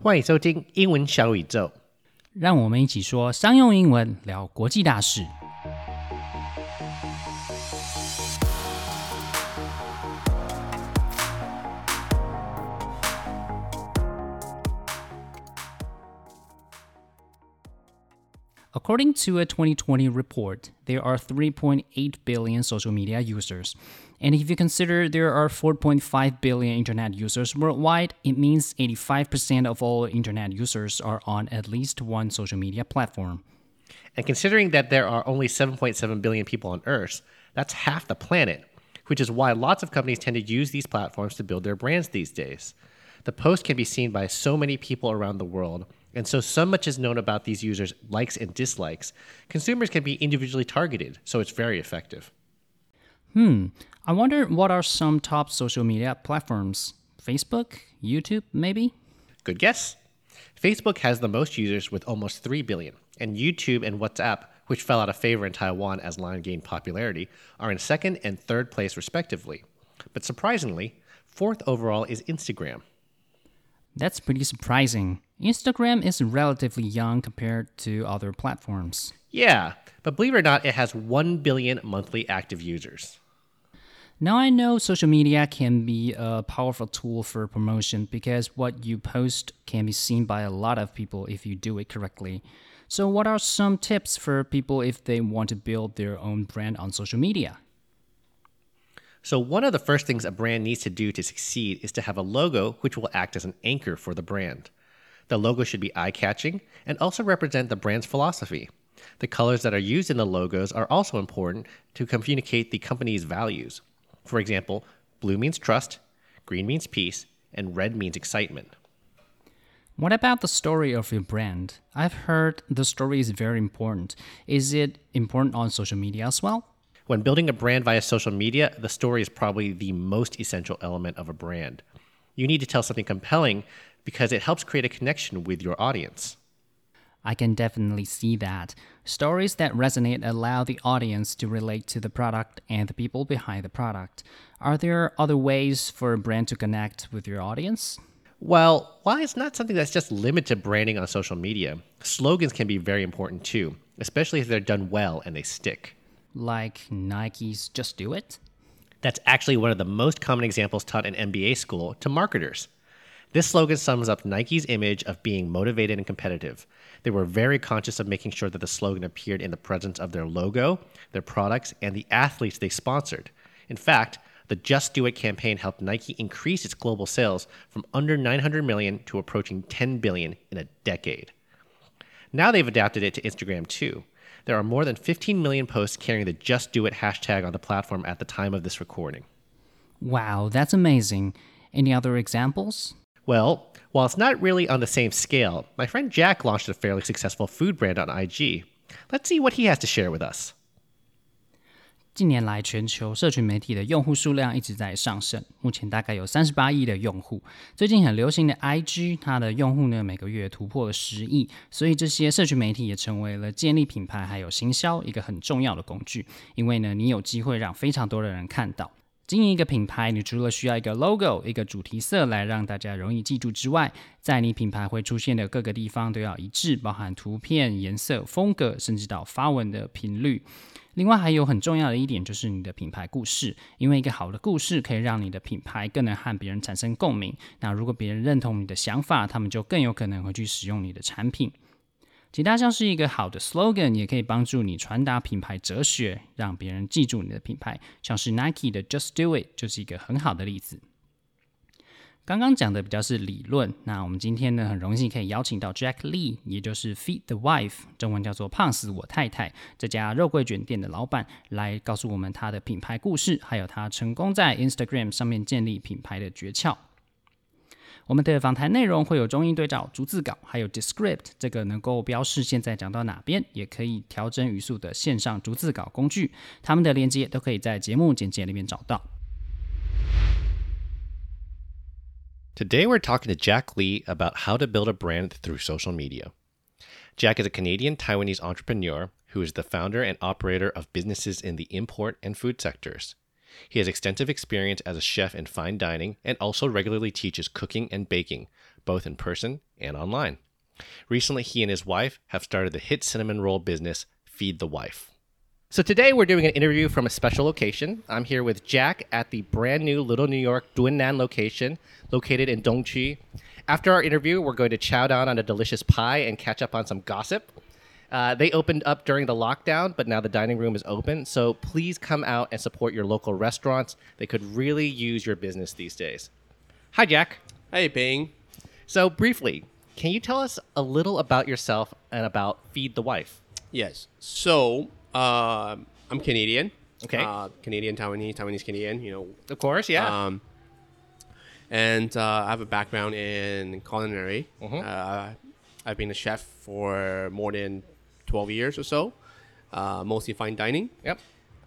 欢迎收听英文小宇宙。让我们一起说商用英文，聊国际大事。According to a 2020 report, there are 3.8 billion social media users. And if you consider there are 4.5 billion internet users worldwide, it means 85% of all internet users are on at least one social media platform. And considering that there are only 7.7 billion people on Earth, that's half the planet, which is why lots of companies tend to use these platforms to build their brands these days. The post can be seen by so many people around the world, and so so much is known about these users' likes and dislikes. Consumers can be individually targeted, so it's very effective. Hmm, I wonder what are some top social media platforms? Facebook? YouTube, maybe? Good guess. Facebook has the most users with almost 3 billion, and YouTube and WhatsApp, which fell out of favor in Taiwan as Line gained popularity, are in second and third place respectively. But surprisingly, fourth overall is Instagram. That's pretty surprising. Instagram is relatively young compared to other platforms. Yeah, but believe it or not, it has 1 billion monthly active users. Now I know social media can be a powerful tool for promotion because what you post can be seen by a lot of people if you do it correctly. So, what are some tips for people if they want to build their own brand on social media? So, one of the first things a brand needs to do to succeed is to have a logo which will act as an anchor for the brand. The logo should be eye catching and also represent the brand's philosophy. The colors that are used in the logos are also important to communicate the company's values. For example, blue means trust, green means peace, and red means excitement. What about the story of your brand? I've heard the story is very important. Is it important on social media as well? When building a brand via social media, the story is probably the most essential element of a brand. You need to tell something compelling because it helps create a connection with your audience. I can definitely see that. Stories that resonate allow the audience to relate to the product and the people behind the product. Are there other ways for a brand to connect with your audience? Well, while it's not something that's just limited to branding on social media, slogans can be very important too, especially if they're done well and they stick. Like Nike's Just Do It? That's actually one of the most common examples taught in MBA school to marketers. This slogan sums up Nike's image of being motivated and competitive. They were very conscious of making sure that the slogan appeared in the presence of their logo, their products, and the athletes they sponsored. In fact, the Just Do It campaign helped Nike increase its global sales from under 900 million to approaching 10 billion in a decade. Now they've adapted it to Instagram too. There are more than 15 million posts carrying the Just Do It hashtag on the platform at the time of this recording. Wow, that's amazing. Any other examples? Well, while it's not really on the same scale, my friend Jack launched a fairly successful food brand on IG. Let's see what he has to share with us. 近年来，全球社群媒体的用户数量一直在上升，目前大概有三十八亿的用户。最近很流行的 IG，它的用户呢每个月突破了十亿，所以这些社群媒体也成为了建立品牌还有行销一个很重要的工具。因为呢，你有机会让非常多的人看到。经营一个品牌，你除了需要一个 logo、一个主题色来让大家容易记住之外，在你品牌会出现的各个地方都要一致，包含图片、颜色、风格，甚至到发文的频率。另外还有很重要的一点就是你的品牌故事，因为一个好的故事可以让你的品牌更能和别人产生共鸣。那如果别人认同你的想法，他们就更有可能会去使用你的产品。其他像是一个好的 slogan，也可以帮助你传达品牌哲学，让别人记住你的品牌。像是 Nike 的 Just Do It 就是一个很好的例子。刚刚讲的比较是理论，那我们今天呢很荣幸可以邀请到 Jack Lee，也就是 Feed the Wife，中文叫做“胖死我太太”这家肉桂卷店的老板，来告诉我们他的品牌故事，还有他成功在 Instagram 上面建立品牌的诀窍。我们的访谈内容会有中英对照、逐字稿，还有 Descript 这个能够标示现在讲到哪边，也可以调整语速的线上逐字稿工具。他们的链接都可以在节目简介里面找到。 Today we're talking to Jack Lee about how to build a brand through social media. Jack is a Canadian Taiwanese entrepreneur who is the founder and operator of businesses in the import and food sectors. He has extensive experience as a chef in fine dining and also regularly teaches cooking and baking, both in person and online. Recently, he and his wife have started the hit cinnamon roll business, Feed the Wife. So today we're doing an interview from a special location. I'm here with Jack at the brand new Little New York Duinan location, located in Dongchi. After our interview, we're going to chow down on a delicious pie and catch up on some gossip. Uh, they opened up during the lockdown, but now the dining room is open. So please come out and support your local restaurants. They could really use your business these days. Hi, Jack. Hey, Bing. So briefly, can you tell us a little about yourself and about Feed the Wife? Yes. So uh, I'm Canadian. Okay. Uh, Canadian Taiwanese, Taiwanese Canadian. You know. Of course, yeah. Um, and uh, I have a background in culinary. Uh, I've been a chef for more than 12 years or so, uh, mostly fine dining. yep.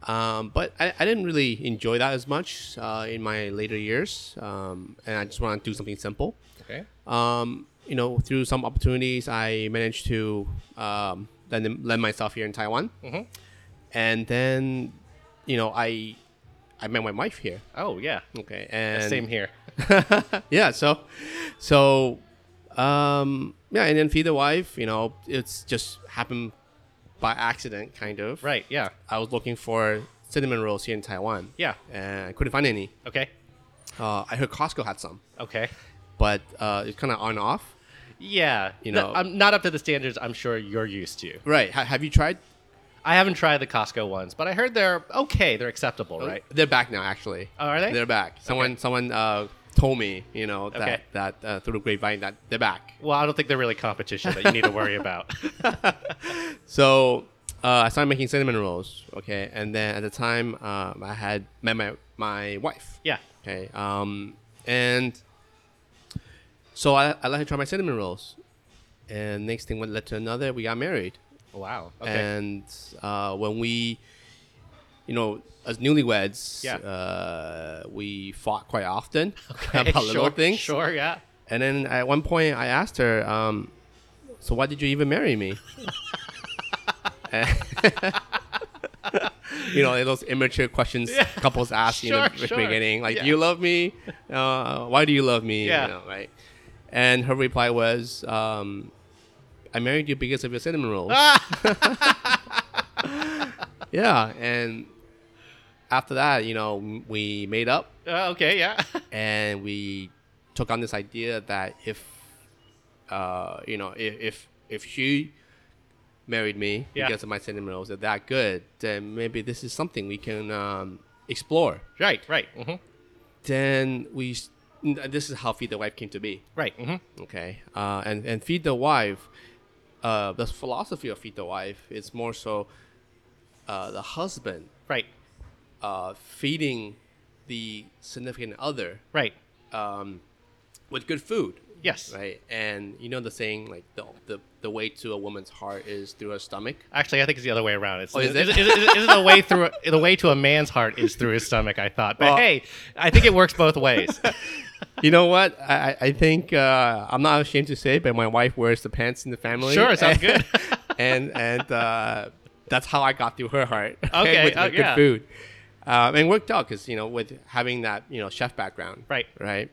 Um, but I, I didn't really enjoy that as much uh, in my later years, um, and I just want to do something simple. Okay. um, you know, through some opportunities, I managed to um, lend, lend myself here in Taiwan, mm-hmm. and then, you know, I I met my wife here. Oh, yeah. Okay, and Same here. yeah, so, so, um, yeah, and then feed the wife. You know, it's just happened by accident, kind of. Right, yeah. I was looking for cinnamon rolls here in Taiwan. Yeah. and I couldn't find any. Okay. Uh, I heard Costco had some, Okay. but uh, it's kind of on and off. Yeah. You No, know- I'm not up to the standards I'm sure you're used to. Right? Ha- have you tried I haven't tried the Costco ones, but I heard they're okay. They're acceptable, Oh, right? They're back now, actually. Oh, are they? They're back. Someone, someone uh, told me, you know, that Okay. that uh, through the grapevine that they're back. Well, I don't think they're really competition that you need to worry about. So uh, I started making cinnamon rolls. Okay, and then at the time, um, I had met my my wife. Yeah. Okay. Um, and so I, I let her try my cinnamon rolls, and next thing one led to another. We got married. Wow. Okay. And uh, when we, you know, as newlyweds, Yeah. uh, we fought quite often Okay, about sure, little things. Sure, yeah. And then at one point, I asked her, um, "So why did you even marry me?" you know, those immature questions couples ask you in Sure, the sure. beginning, like, Yeah. "Do you love me? Uh, why do you love me?" Yeah. You know, right? And her reply was, um, "I married you because of your cinnamon rolls." Ah. yeah, and after that, you know, we made up Uh, okay, yeah. and we took on this idea that if uh, you know if if, if she married me Yeah. because of my sentimentals are that good then maybe this is something we can um, explore right, right. hmm then we s- n- this is how feed the wife came to be Right. hmm okay uh, and and feed the wife uh, the philosophy of feed the wife is more so uh, the husband Right, uh, feeding the significant other right. um, with good food Yes. right and you know the saying like the, the the way to a woman's heart is through her stomach Actually, I think it's the other way around. It's, Oh, is it? Is, is- is the way through the way to a man's heart is through his stomach? I thought, but Well- hey, I think it works both ways. you know what i I- i think uh i'm not ashamed to say but my wife wears the pants in the family Sure, sounds good. and and uh that's how i got through her heart Okay, with, oh, with good yeah. food um, and it worked out because you know with having that you know chef background Right. right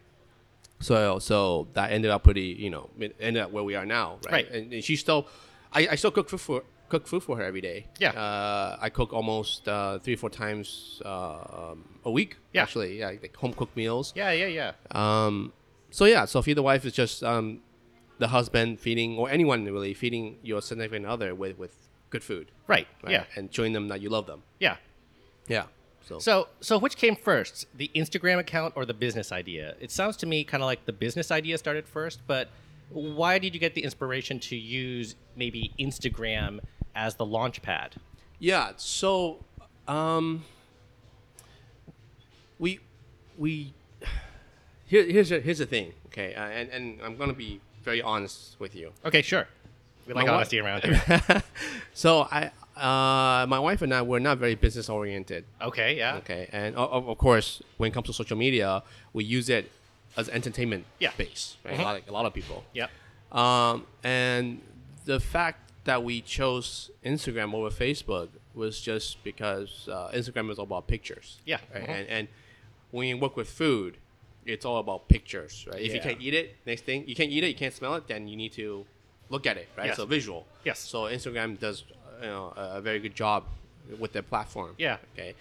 so so that ended up pretty you know it ended up where we are now right, Right. And, and she still I, I still cook food for cook food for her every day Yeah. uh, I cook almost uh, three four times uh, um, a week Yeah. actually yeah like home cooked meals yeah, yeah, yeah. um so yeah so feed the wife is just um the husband feeding or anyone really feeding your significant other with with good food Right, right? Yeah. and showing them that you love them Yeah. yeah so, So, so which came first, the Instagram account or the business idea? It sounds to me kind of like the business idea started first, but why did you get the inspiration to use maybe Instagram as the launch pad? yeah so um we we here, here's a, here's the thing okay uh, and and i'm gonna be very honest with you Okay, sure. We like My wa- honesty around here. so i uh my wife and i were not very business oriented Okay, yeah. Okay, and o- of, of course, when it comes to social media, we use it as entertainment Yeah. base. Right? Mhm. A, lot of, a lot of people. Yep. Um, and the fact that we chose Instagram over Facebook was just because uh, Instagram is all about pictures. Yeah. Right? Mhm. And, and when you work with food, it's all about pictures, right? If you Yeah. can't eat it, next thing you can't eat it, you can't smell it, then you need to look at it, right? Yes. So visual. Yes. So Instagram does you know a a very good job with their platform. Yeah. Okay.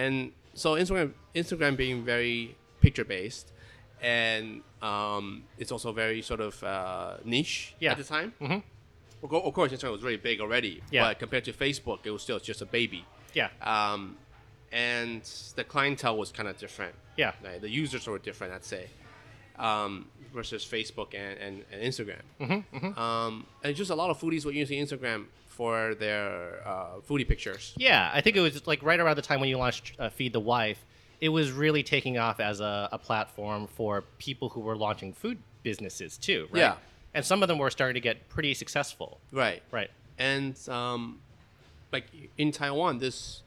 And so Instagram Instagram being very picture based and um, it's also very sort of uh, niche Yeah. at the time. Mm-hmm. Of co- of course, Instagram was really big already, Yeah. but compared to Facebook, it was still just a baby. Yeah. Um, and the clientele was kind of different. Yeah. Like, the users were different, I'd say, um, versus Facebook and, and, and Instagram. Mm-hmm, Um, and just a lot of foodies were using Instagram for their uh, foodie pictures. Yeah, I think it was like right around the time when you launched uh, Feed the Wife. It was really taking off as a, a platform for people who were launching food businesses too, right? Yeah. And some of them were starting to get pretty successful. Right. Right. And um, like in Taiwan, this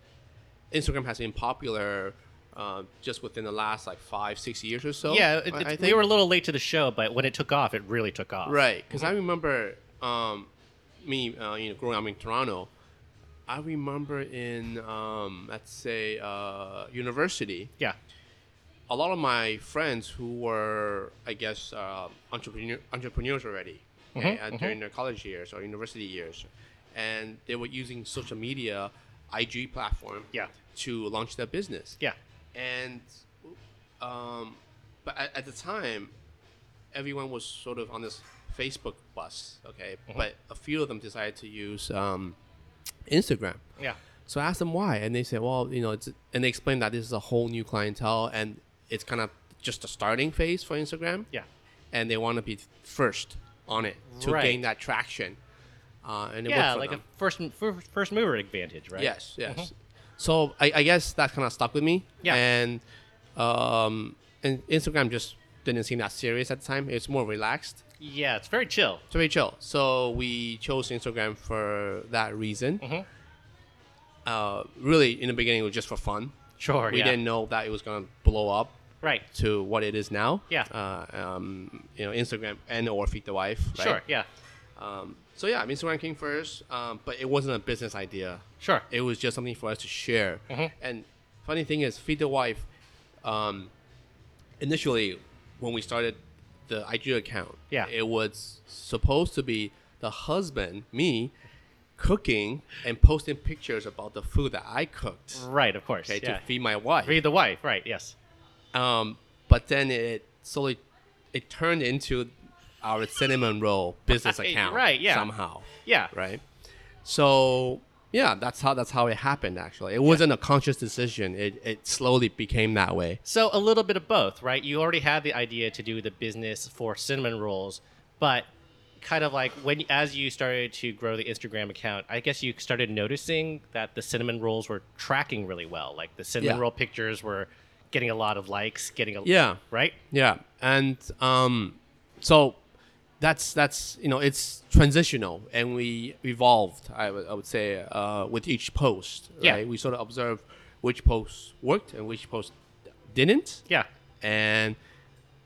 Instagram has been popular uh, just within the last like five, six years or so. yeah, I- it, Oh, I it- they think. were a little late to the show, but when it took off, it really took off. Right, because Mm-hmm. I remember um, me, uh, you know, growing up in Toronto. I remember in um, let's say uh, university, Yeah. a lot of my friends who were, I guess, uh, entrepreneur, entrepreneurs already Mm-hmm, okay, uh, during their college years or university years, and they were using social media, IG platform, Yeah. to launch their business Yeah. and um, but at, at the time everyone was sort of on this facebook bus okay Mm-hmm. but a few of them decided to use um, instagram Yeah. so i asked them why and they said well you know it's and they explained that this is a whole new clientele and it's kind of just a starting phase for instagram Yeah. and they want to be first on it to Right. gain that traction uh, and it Yeah, worked for like them. a first, first first mover advantage, right? Mm-hmm. Yes, yes. So I, I guess that kind of stuck with me. Yeah. And um, and Instagram just didn't seem that serious at the time. It's more relaxed. Yeah, it's very chill. So very chill. So we chose Instagram for that reason. Mm-hmm. Uh, really, in the beginning, it was just for fun. Sure. we yeah. didn't know that it was gonna blow up Right. to what it is now. Yeah. Uh, um, you know, Instagram and or feed the wife. Right? Sure. Yeah. Um, so yeah, Instagram came first, um, but it wasn't a business idea. Sure. Mm-hmm. It was just something for us to share. And funny thing is, Feed the Wife, um, initially when we started the IG account, Yeah. it was supposed to be the husband, me, cooking and posting pictures about the food that I cooked Right. Of course. okay, yeah. to feed my wife. Feed the wife. Right. Yes. Um, but then it slowly it turned into our cinnamon roll business Right, account right, yeah. somehow Yeah. right? So yeah, that's how that's how it happened. Actually, it wasn't a conscious decision. It it slowly became that way. So a little bit of both, right? You already had the idea to do the business for cinnamon rolls, but kind of like when as you started to grow the Instagram account, I guess you started noticing that the cinnamon rolls were tracking really well. Like the cinnamon Yeah. roll pictures were getting a lot of likes, getting a Yeah. right? Yeah, and um, so that's that's you know it's transitional, and we evolved. I would I would say uh, with each post. Yeah. right? we sort of observed which posts worked and which posts didn't, Yeah. and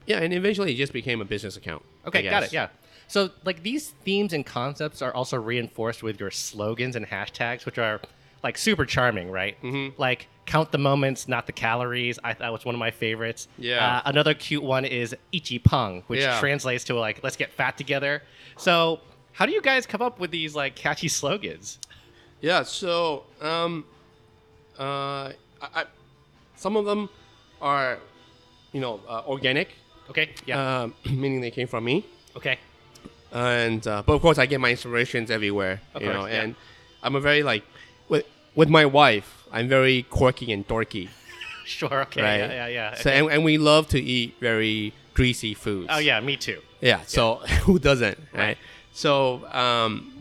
yeah, and eventually it just became a business account. I Okay, got guess. it. Yeah. So like these themes and concepts are also reinforced with your slogans and hashtags, which are like super charming, right? Mm-hmm. Like count the moments, not the calories. I thought was one of my favorites. Yeah. Uh, another cute one is ichi pang, which Yeah. translates to like let's get fat together. So how do you guys come up with these like catchy slogans? Yeah. So, um, uh, I, I, some of them are, you know, uh, organic, Okay. Yeah. um, meaning they came from me, okay. and uh, but of course I get my inspirations everywhere, Of you know, course, yeah. and I'm a very like with with my wife, I'm very quirky and dorky, Sure. Okay. right? Yeah. Yeah. Yeah. So and, and we love to eat very greasy foods. oh yeah. Me too. Yeah. So who doesn't, right? Right. So, um,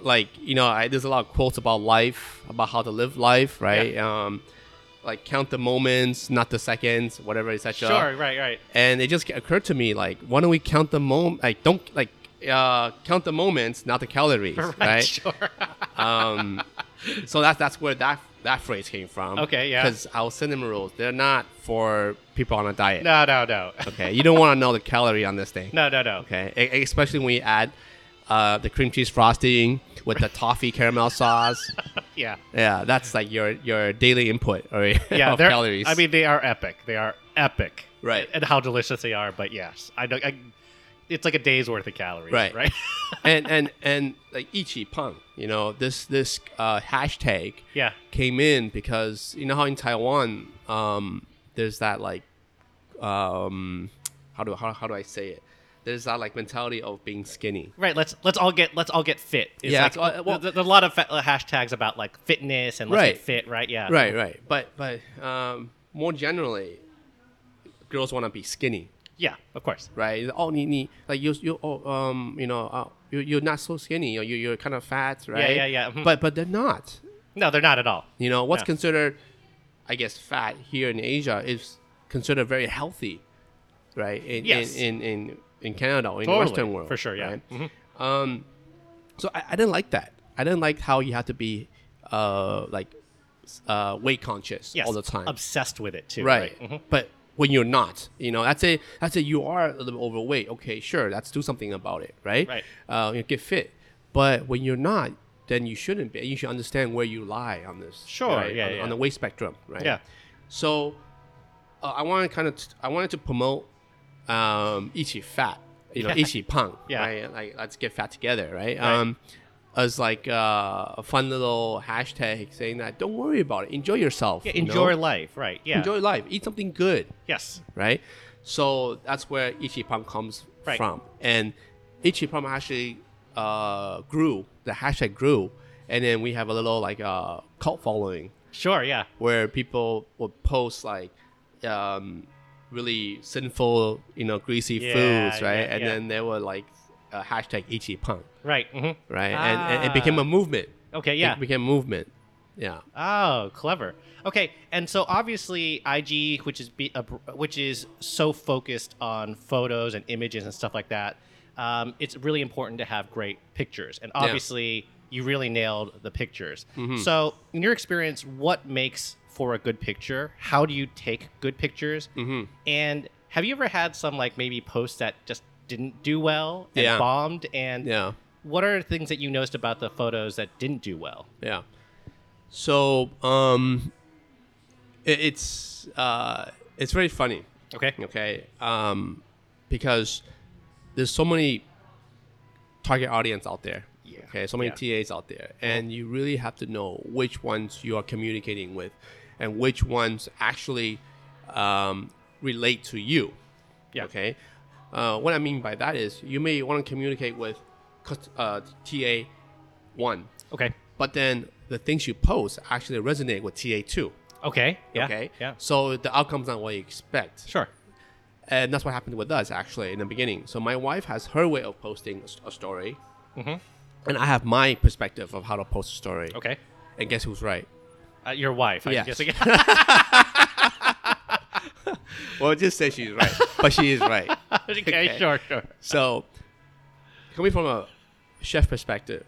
like you know, I, there's a lot of quotes about life, about how to live life, right? Um, like count the moments, not the seconds, whatever, etc. Sure. Right. Right. And it just occurred to me, like, why don't we count the moment? Like, don't like uh, count the moments, not the calories, right? Sure. um, so that's that's where that that phrase came from. Okay, yeah. Because our cinnamon rolls, they're not for people on a diet. no. No. No. Okay, you don't want to know the calorie on this thing. No. No. No. Okay, E- especially when you add uh, the cream cheese frosting with the toffee caramel sauce. Yeah. Yeah, that's like your your daily input or yeah, of they're- calories. I mean, they are epic. They are epic. Right. and how delicious they are. But yes, I don't. I, it's like a day's worth of calories, Right. Right. and and and like Ichipang, you know, this this uh, hashtag yeah. came in because you know how in Taiwan um, there's that like um, how do how, how do I say it? There's that like mentality of being skinny. Right. Let's let's all get let's all get fit. It's Yeah, like, it's all- well- there- there's a lot of fa- uh, hashtags about like fitness and let's Right. get fit. Right. Yeah. Right, right. But but um, more generally, girls want to be skinny, Yeah. Of course. right? Oh, you need like you you oh, um you know uh, you you're not so skinny or you you're kind of fat, right? yeah, yeah, mhm. But but they're not. No, they're not at all. You know what's Yeah. considered, I guess, fat here in Asia is considered very healthy, right? In Yes. in, in, in in Canada or in Totally, the Western world for sure, yeah. Mm-hmm. right? Um, so I, I didn't like that. I didn't like how you had to be, uh, like, s- uh, weight conscious Yes. all the time Obsessed with it too. right? Mhm. But when you're not, you know, that's it. That's it. You are a little bit overweight. Okay, sure. Let's do something about it, right? Right. Uh, you know, get fit. But when you're not, then you shouldn't be. You should understand where you lie on this. Sure, right? yeah, on, yeah. on the weight spectrum, right? Yeah. So, uh, I want to kind of I wanted to promote um, ichi fat, you know, ichi punk, Yeah. right? Like let's get fat together, right? Um, as like uh, a fun little hashtag saying that don't worry about it, enjoy yourself, Yeah, you know? enjoy life. Right. Yeah. enjoy life, eat something good, Yes. right? So that's where Ichipam comes Right. from. And Ichipam actually uh, grew, the hashtag grew. And then we have a little like uh, cult following Sure. Yeah. where people would post like um, really sinful, you know, greasy Yeah, foods, right? yeah, and yeah. then they were like uh, hashtag Ichipam, Right. mhm. right? And, and it became Ah. a movement. Okay. Yeah. It became a movement. Yeah. Oh, clever. Okay, and so obviously IG, which is be, uh, which is so focused on photos and images and stuff like that, um, it's really important to have great pictures. And obviously, you really nailed the pictures. So, in your experience, what makes for a good picture? How do you take good pictures? Mm-hmm. And have you ever had some like maybe posts that just didn't do well and Yeah. bombed? And Yeah. what are things that you noticed about the photos that didn't do well? Yeah. So um, it, it's uh, it's very funny. Okay. Okay. Um, because there's so many target audience out there. Yeah. Okay. So many Yeah. TAs out there, and you really have to know which ones you are communicating with, and which ones actually um, relate to you. Yeah. Okay. Uh, what I mean by that is you may want to communicate with cust- uh, TA one, Okay. but then the things you post actually resonate with TA2. Okay. Yeah. okay. Yeah. So the outcome's not what you expect. Sure. And that's what happened with us actually in the beginning. So my wife has her way of posting a s- a story. And I have my perspective of how to post a story. Mm-hmm. Okay. And guess who's right? Uh, your wife, I Yes. guess. Well, just say she's right, but she is right. okay, Sure. Sure. So, coming from a chef perspective,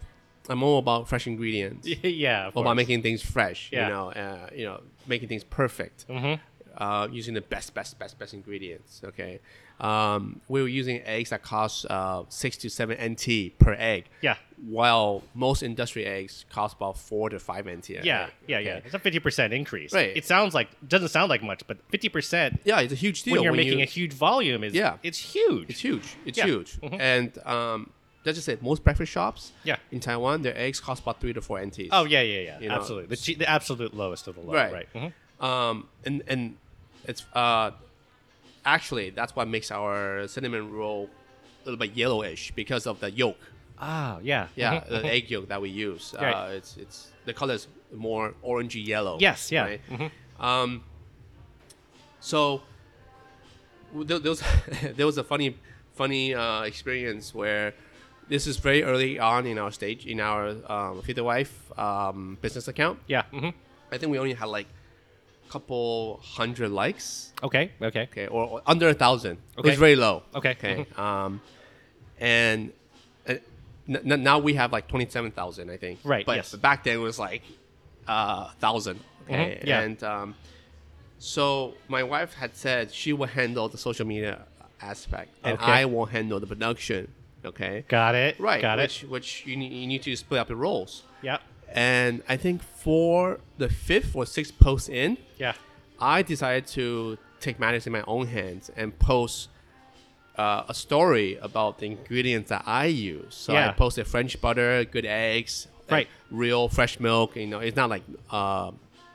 I'm all about fresh ingredients. yeah. Of Well, by course. making things fresh, Yeah. Mm-hmm. you know, uh, you know, making things perfect, uh, using the best, best, best, best ingredients. Okay, um, we were using eggs that cost uh, six to seven NT per egg. Yeah. While most industry eggs cost about four to five NT. an Yeah. egg, Yeah. okay? Yeah. It's a fifty percent increase. Right. It sounds like doesn't sound like much, but fifty percent Yeah, it's a huge deal. when you're when making you- a huge volume is Yeah. it's huge. It's huge. It's Yeah. Mm-hmm. huge. And um, that's just it. Most breakfast shops Yeah. in Taiwan, their eggs cost about three to four NTs. oh yeah. Yeah. Yeah. You know, Absolutely. The, che- the absolute lowest of the low. right Right. Mhm. um and and it's uh actually that's what makes our cinnamon roll a little bit yellowish because of the yolk Ah. Yeah. yeah Mhm. the egg yolk that we use uh, Right. it's it's the color is more orangey yellow Yes. Yeah. right? Mhm. um so w- there, there was there was a funny funny uh, experience where this is very early on in our stage in our um, feed the wife um, business account Yeah. mhm. I think we only had like a couple hundred likes, Okay. Okay. okay, or, or under a thousand. It Okay. was very low. Okay. Okay. Um, and uh, n- n- now we have like twenty-seven thousand, I think. Right, But yes. back then it was like uh, thousand. Okay. Mhm, yeah. And um, so my wife had said she will handle the social media aspect, and Okay. I will handle the production. Okay. Got it. Right. Got it. which, Which you need, you need to split up your roles. Yeah. And I think for the fifth or sixth post in, Yeah. I decided to take matters in my own hands and post uh, a story about the ingredients that I use. So Yeah. I posted French butter, good eggs, Right. like real fresh milk. You know, it's not like uh,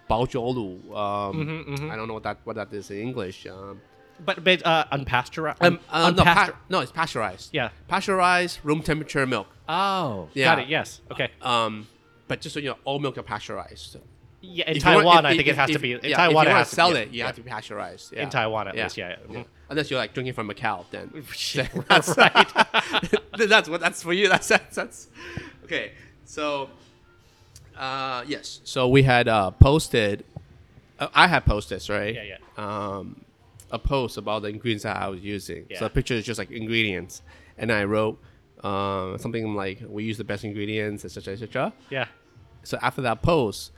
包酒乳, um, Mm-hmm, I don't know what that what that is in English. Um, But but uh, unpasteurized. um, uh, no, unpasteur- pa- no, it's pasteurized. Yeah. pasteurized room temperature milk. oh, Yeah. got it. Yes. Okay. Um, but just so you know, all milk are pasteurized. Yeah, in If you Taiwan, wanna- if- I think if- it has to if- be. In yeah, Taiwan, if you it wanna has to sell be- it, you have to be pasteurized. Yeah. Mm-hmm. In Taiwan, at least, yeah, yeah. Mhm. Unless you're like drinking from a cow, then that's right. that's what that's for you. That's that's, that's okay. So, uh, yes. So we had uh, posted. Uh, I had posted, right? Yeah, yeah. Um, a post about the ingredients that I was using. Yeah. So the picture is just like ingredients, and I wrote uh, something like, "We use the best ingredients, etc., etc." Yeah. so after that post,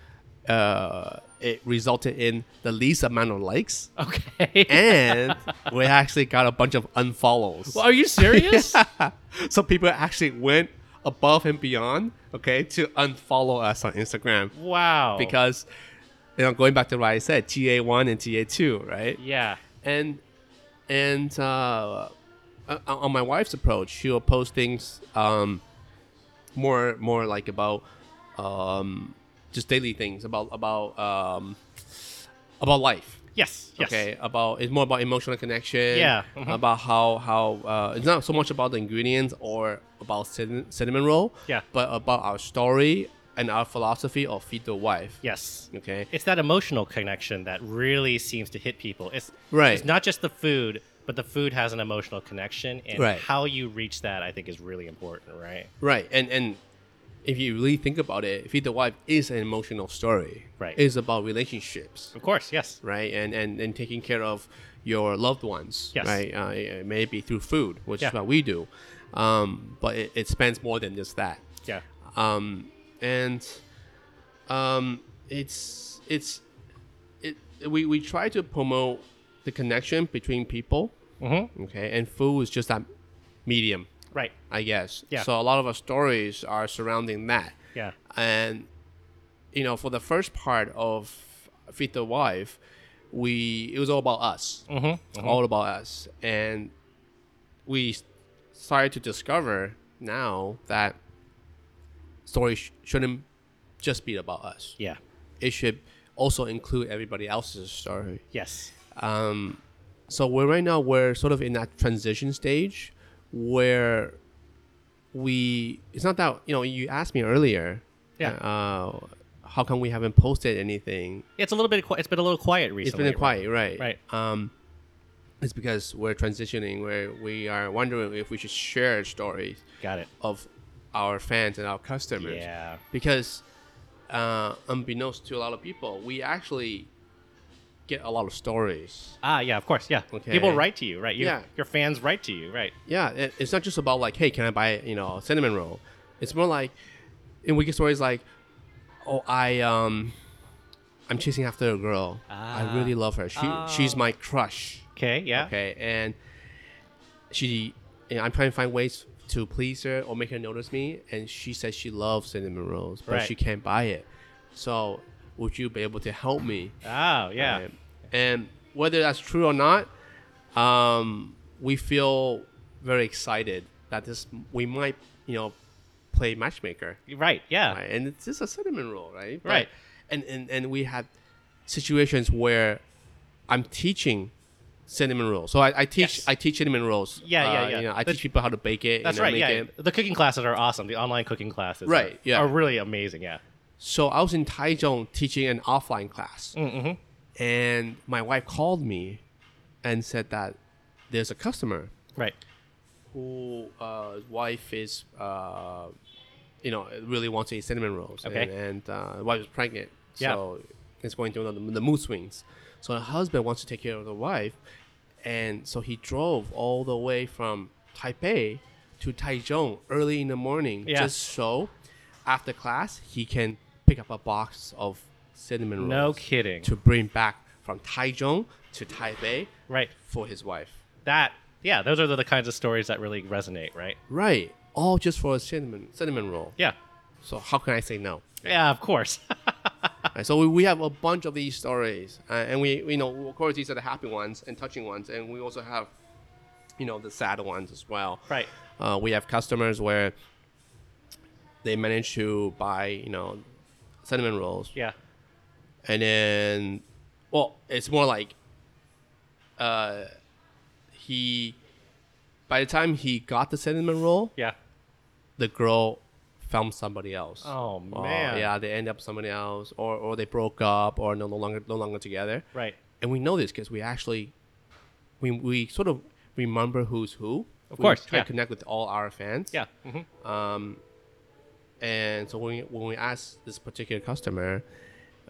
uh, it resulted in the least amount of likes, Okay. and we actually got a bunch of unfollows. well, are you serious? so people actually went above and beyond, okay, to unfollow us on Instagram Wow. because, you know, going back to what I said, TA one and TA two, right? yeah. and and uh, uh, on my wife's approach, she will post things um, more more like about um, just daily things about about um, about life. Yes. Yes. Okay, about it's more about emotional connection. Yeah, mhm. about how how uh, it's not so much about the ingredients or about cin- cinnamon roll. Yeah. but about our story and our philosophy of feed the wife. Yes. Okay. It's that emotional connection that really seems to hit people. It's Right. It's not just the food, but the food has an emotional connection, and Right. how you reach that, I think, is really important. Right. Right, and and if you really think about it, Feed the Wife is an emotional story. Right. it's about relationships, Of course. Yes. right, and and and taking care of your loved ones. Yes. right. Uh, it- it may be through food, which Yeah. is what we do, um, but it, it spans more than just that. Yeah. Um, and um, it's it's it we we try to promote the connection between people. Mm-hmm. Okay, and food is just that medium. Right. I guess. Yeah. So a lot of our stories are surrounding that. Yeah. And you know, for the first part of Feed the Wife, we it was all about us, mm-hmm, all about us, and we s- started to discover now that stories sh- shouldn't just be about us. Yeah. It should also include everybody else's story. Yes. Um, so we're right now we're sort of in that transition stage where we it's not that you know you asked me earlier Yeah. uh, how come we haven't posted anything It's a little bit. qui- It's been a little quiet it's recently. been quiet right Right. um it's because we're transitioning where we are wondering if we should share stories Got it. of our fans and our customers Yeah. because uh, unbeknownst to a lot of people we actually get a lot of stories Ah, yeah, of course, yeah. Okay. People write to you, right? You, Yeah. Your fans write to you, right? yeah, it, it's not just about like, hey, can I buy you know a cinnamon roll? It's more like, in Wiki stories, like, oh, I um, I'm chasing after a girl. I really love her. She she's my crush. Okay, yeah. Okay, and she, you know, I'm trying to find ways to please her or make her notice me. And she says she loves cinnamon rolls, but Right. she can't buy it. So would you be able to help me? Oh, yeah. Right? And whether that's true or not, um, we feel very excited that this we might, you know, play matchmaker. Right, yeah. Right? And it's just a cinnamon roll, right? But- Right. And, and and we had situations where I'm teaching cinnamon rolls. So I, I teach Yes. I teach cinnamon rolls. Yeah, yeah, yeah. You know, I The- teach people how to bake it. That's you know, right, make yeah. It. The cooking classes are awesome. The online cooking classes are- Right, yeah. are really amazing, yeah. So I was in Taichung teaching an offline class, and my wife called me and said that there's a customer Right. who uh, his wife is, uh, you know, really wants to eat cinnamon rolls. Okay. And, and uh, the wife is pregnant. Yeah. So it's going through the, the mood swings. So the husband wants to take care of the wife. And so he drove all the way from Taipei to Taichung early in the morning Yeah. just so after class he can pick up a box of cinnamon rolls No kidding. to bring back from Taichung to Taipei Right. for his wife. That, yeah, those are the, the kinds of stories that really resonate, right? Right. All just for a cinnamon cinnamon roll. Yeah. So how can I say no? Yeah, of course. And so we, we have a bunch of these stories, uh, and we you know of course these are the happy ones and touching ones, and we also have you know the sad ones as well. Right. Uh, we have customers where they manage to buy you know cinnamon rolls, Yeah. and then well it's more like uh, he by the time he got the cinnamon roll, Yeah. the girl found somebody else. Oh, Or, man. yeah, they end up somebody else, or or they broke up, or no, no longer no longer together. Right. And we know this because we actually, we we sort of remember who's who. Of We course, try yeah. to connect with all our fans. Yeah. hmm Um, and so when we, when we asked this particular customer,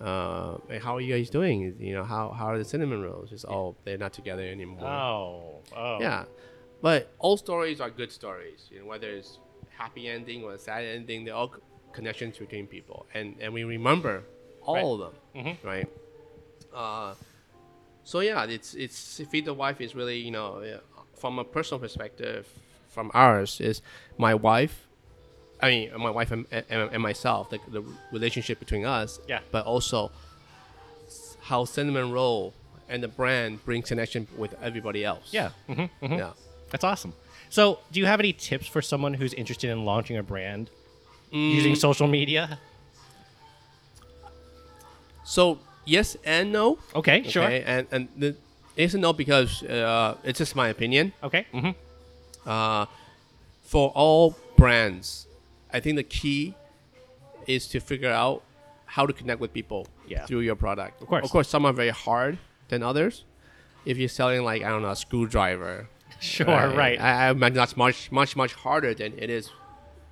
uh, "Hey, how are you guys doing? You know, how how are the cinnamon rolls? Just oh, they're not together anymore. Oh. Oh. Yeah, but all stories are good stories. You know, whether it's happy ending or a sad ending, they're all c- connections between people, and and we remember all of them, Mm-hmm. right? Uh, so yeah, it's it's feed the wife is really you know yeah, from a personal perspective, from ours is my wife. I mean, uh, my wife and, and, and myself, the, the relationship between us, Yeah. but also s- how Cinnamon Roll and the brand brings connection with everybody else. Yeah. hmm Yeah. That's awesome. So, do you have any tips for someone who's interested in launching a brand Mm. using social media? So yes and no. Okay. Sure. Okay, And and the yes and no because uh, it's just my opinion. Okay. Mm-hmm. hmm Uh, for all brands, I think the key is to figure out how to connect with people Yeah. through your product. Of course. Of course, some are very hard than others. If you're selling like I don't know a screwdriver, Uh, Sure. Right. I, I imagine that's much much much harder than it is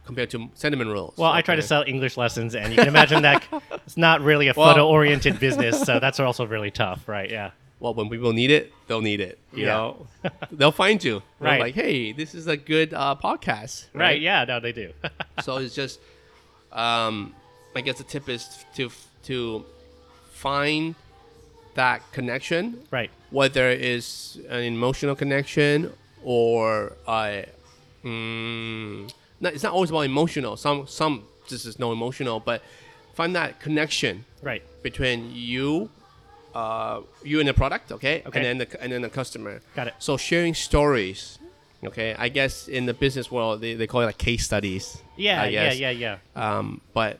compared to cinnamon rolls. Well, I try to okay? sell English lessons, and you can imagine that it's not really a Well- photo-oriented business, so that's also really tough, right? Yeah. well, when people need it, they'll need it. You Yeah. know, they'll find you. They're Right. Like, hey, this is a good uh, podcast. Right. Yeah. No, they do. so it's just, um, I guess the tip is to to find that connection, right. whether it's an emotional connection or I, mm, not, it's not always about emotional. Some some this is no emotional, but find that connection Right. between you, uh, you and the product, okay, Okay. and then the and then the customer. Got it. So sharing stories, okay. I guess in the business world they, they call it like case studies. Yeah. I Yeah. guess. Yeah. Yeah. Um, but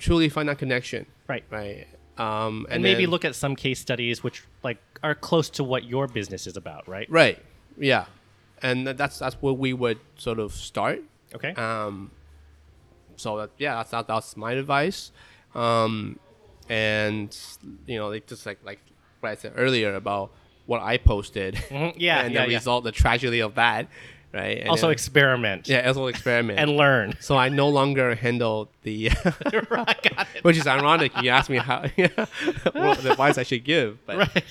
truly find that connection, Right. right? Um, and, And maybe then- look at some case studies which like are close to what your business is about, right? right, yeah, and tha- that's that's where we would sort of start. Okay. Um, so that, yeah, that's that, that's my advice. Um, and you know, like just like like what I said earlier about what I posted, Mm-hmm. yeah, and yeah, the yeah. result, the tragedy of that, right? And also then- experiment yeah, also experiment. and learn. so I no longer handle the, right. Got it. which is ironic. You asked me how what advice I should give, but Right.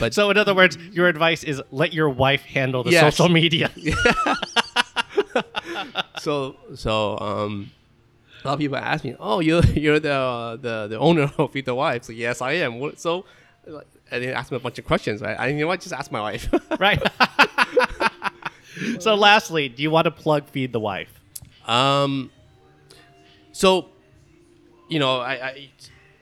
But- so, in other words, your advice is let your wife handle the Yes. social media. so so um a lot of people ask me oh you're you're the the, the owner of feed the wife so yes i am what, so like, and they ask me a bunch of questions right i you know what just ask my wife right. so, lastly, do you want to plug Feed the Wife? um so you know i, I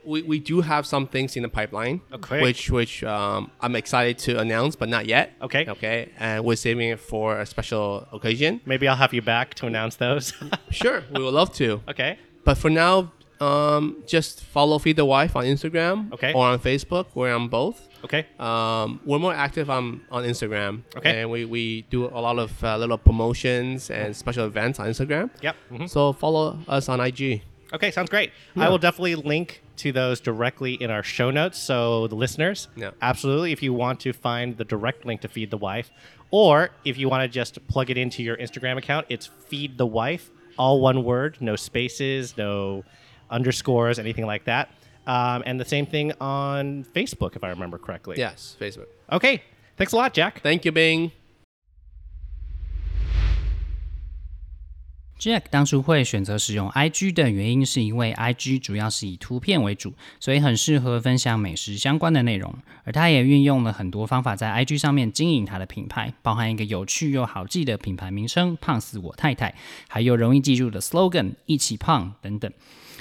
we, we do have some things in the pipeline, Okay. which which um, I'm excited to announce, but not yet. Okay. Okay. And we're saving it for a special occasion. Maybe I'll have you back to announce those. Sure, we would love to. okay. But for now, um, just follow Feed the Wife on Instagram Okay. or on Facebook. We're on both. Okay. Um, we're more active on, on Instagram. Okay. And we, we do a lot of uh, little promotions and special events on Instagram. Mm-hmm. Yep. Mhm. So follow us on IG. Okay. Sounds great. I will definitely link to those directly in our show notes. So the listeners, Yeah. absolutely, if you want to find the direct link to Feed the Wife, or if you want to just plug it into your Instagram account, it's Feed the Wife, all one word, no spaces, no underscores, anything like that. Um, and the same thing on Facebook, if I remember correctly. Yes, Facebook. Okay. Thanks a lot, Jack. Thank you, Bing. Jack 当初会选择使用 IG 的原因，是因为 IG 主要是以图片为主，所以很适合分享美食相关的内容。而他也运用了很多方法在 IG 上面经营他的品牌，包含一个有趣又好记的品牌名称“胖死我太太”，还有容易记住的 slogan“ 一起胖”等等。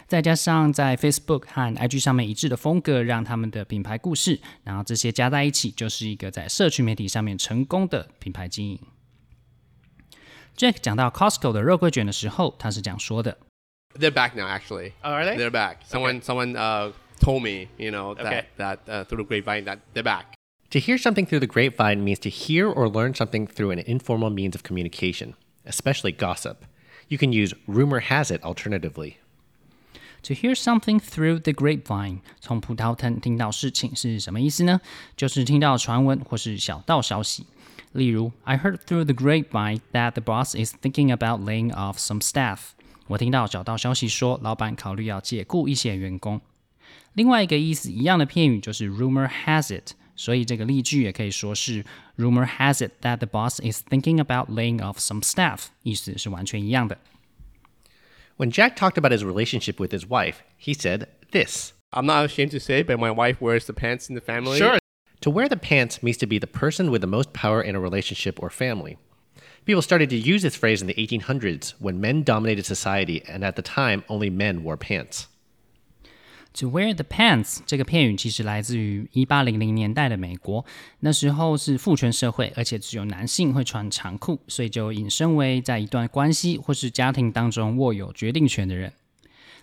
再加上在 Facebook 和 IG 上面一致的风格，让他们的品牌故事，然后这些加在一起，就是一个在社群媒体上面成功的品牌经营。Jack 讲到 Costco 的肉桂卷的时候，他是这样说的 They're back now, actually. Oh, are they? They're back. Someone, someone uh, told me, you know, that Okay. that uh, through the grapevine that they're back. To hear something through the grapevine means to hear or learn something through an informal means of communication, especially gossip. You can use rumor has it alternatively. ：“To hear something through the grapevine，从葡萄藤听到事情是什么意思呢？就是听到传闻或是小道消息。例如，I heard through the grapevine that the boss is thinking about laying off some staff。我听到小道消息说，老板考虑要解雇一些员工。另外一个意思一样的片语就是 rumor has it，所以这个例句也可以说是 rumor has it that the boss is thinking about laying off some staff，意思是完全一样的。 When Jack talked about his relationship with his wife, he said this. I'm not ashamed to say, but my wife wears the pants in the family. To wear the pants means to be the person with the most power in a relationship or family. People started to use this phrase in the 1800s when men dominated society, and at the time, only men wore pants. To wear the pants 这个片语其实来自于一八零零年代的美国，那时候是父权社会，而且只有男性会穿长裤，所以就引申为在一段关系或是家庭当中握有决定权的人。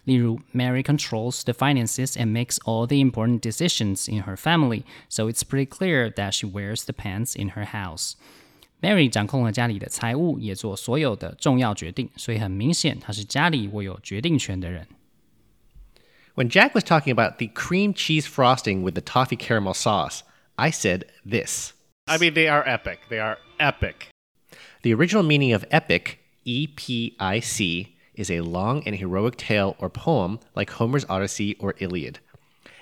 例如，Mary controls the finances and makes all the important decisions in her family, so it's pretty clear that she wears the pants in her house. Mary 掌控了家里的财务，也做所有的重要决定，所以很明显她是家里握有决定权的人。 When Jack was talking about the cream cheese frosting with the toffee caramel sauce, I said this. I mean, they are epic. They are epic. The original meaning of epic, E P I C, is a long and heroic tale or poem like Homer's Odyssey or Iliad.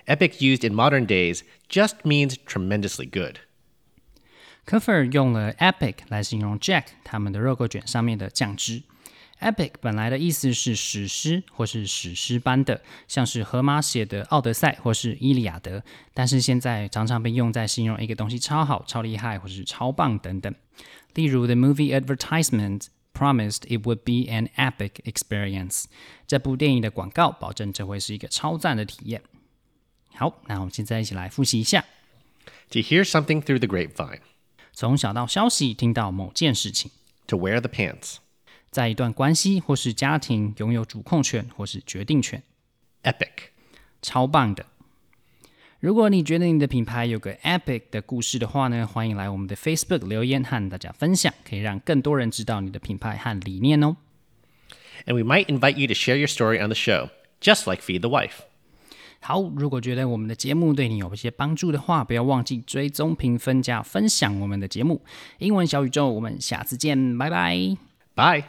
Epic used in modern days just means tremendously good. c o f e r 用了 epic 来形容 Jack 他们的肉桂卷上面的酱汁。epic 本来的意思是史诗或是史诗般的，像是荷马写的《奥德赛》或是《伊利亚德》，但是现在常常被用在形容一个东西超好、超厉害或是超棒等等。例如，the movie advertisement promised it would be an epic experience。这部电影的广告保证这会是一个超赞的体验。好，那我们现在一起来复习一下。 To hear something through the grapevine, 从小道消息听到某件事情， to wear the pants, 在一段关系或是家庭拥有主控权或是决定权， epic, 超棒的。如果你觉得你的品牌有个 epic 的故事的话呢，欢迎来我们的 Facebook 留言和大家分享，可以让更多人知道你的品牌和理念哦。 and we might invite you to share your story on the show, just like Feed the Wife. 好，如果觉得我们的节目对你有一些帮助的话，不要忘记追踪、评分加分享我们的节目。英文小宇宙，我们下次见，拜拜。 Bye.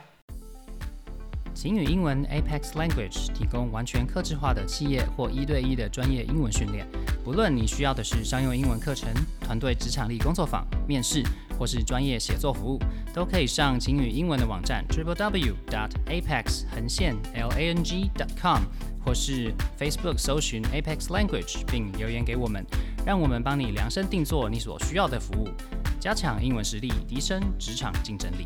晴雨英文 Apex Language 提供完全客制化的企业或一对一的专业英文训练。不论你需要的是商用英文课程、团队职场力工作坊、面试，或是专业写作服务，都可以上晴雨英文的网站 triple w dot apex 横线 l a n g dot com，或是 Facebook 搜寻 Apex Language 并留言给我们，让我们帮你量身定做你所需要的服务，加强英文实力，提升职场竞争力。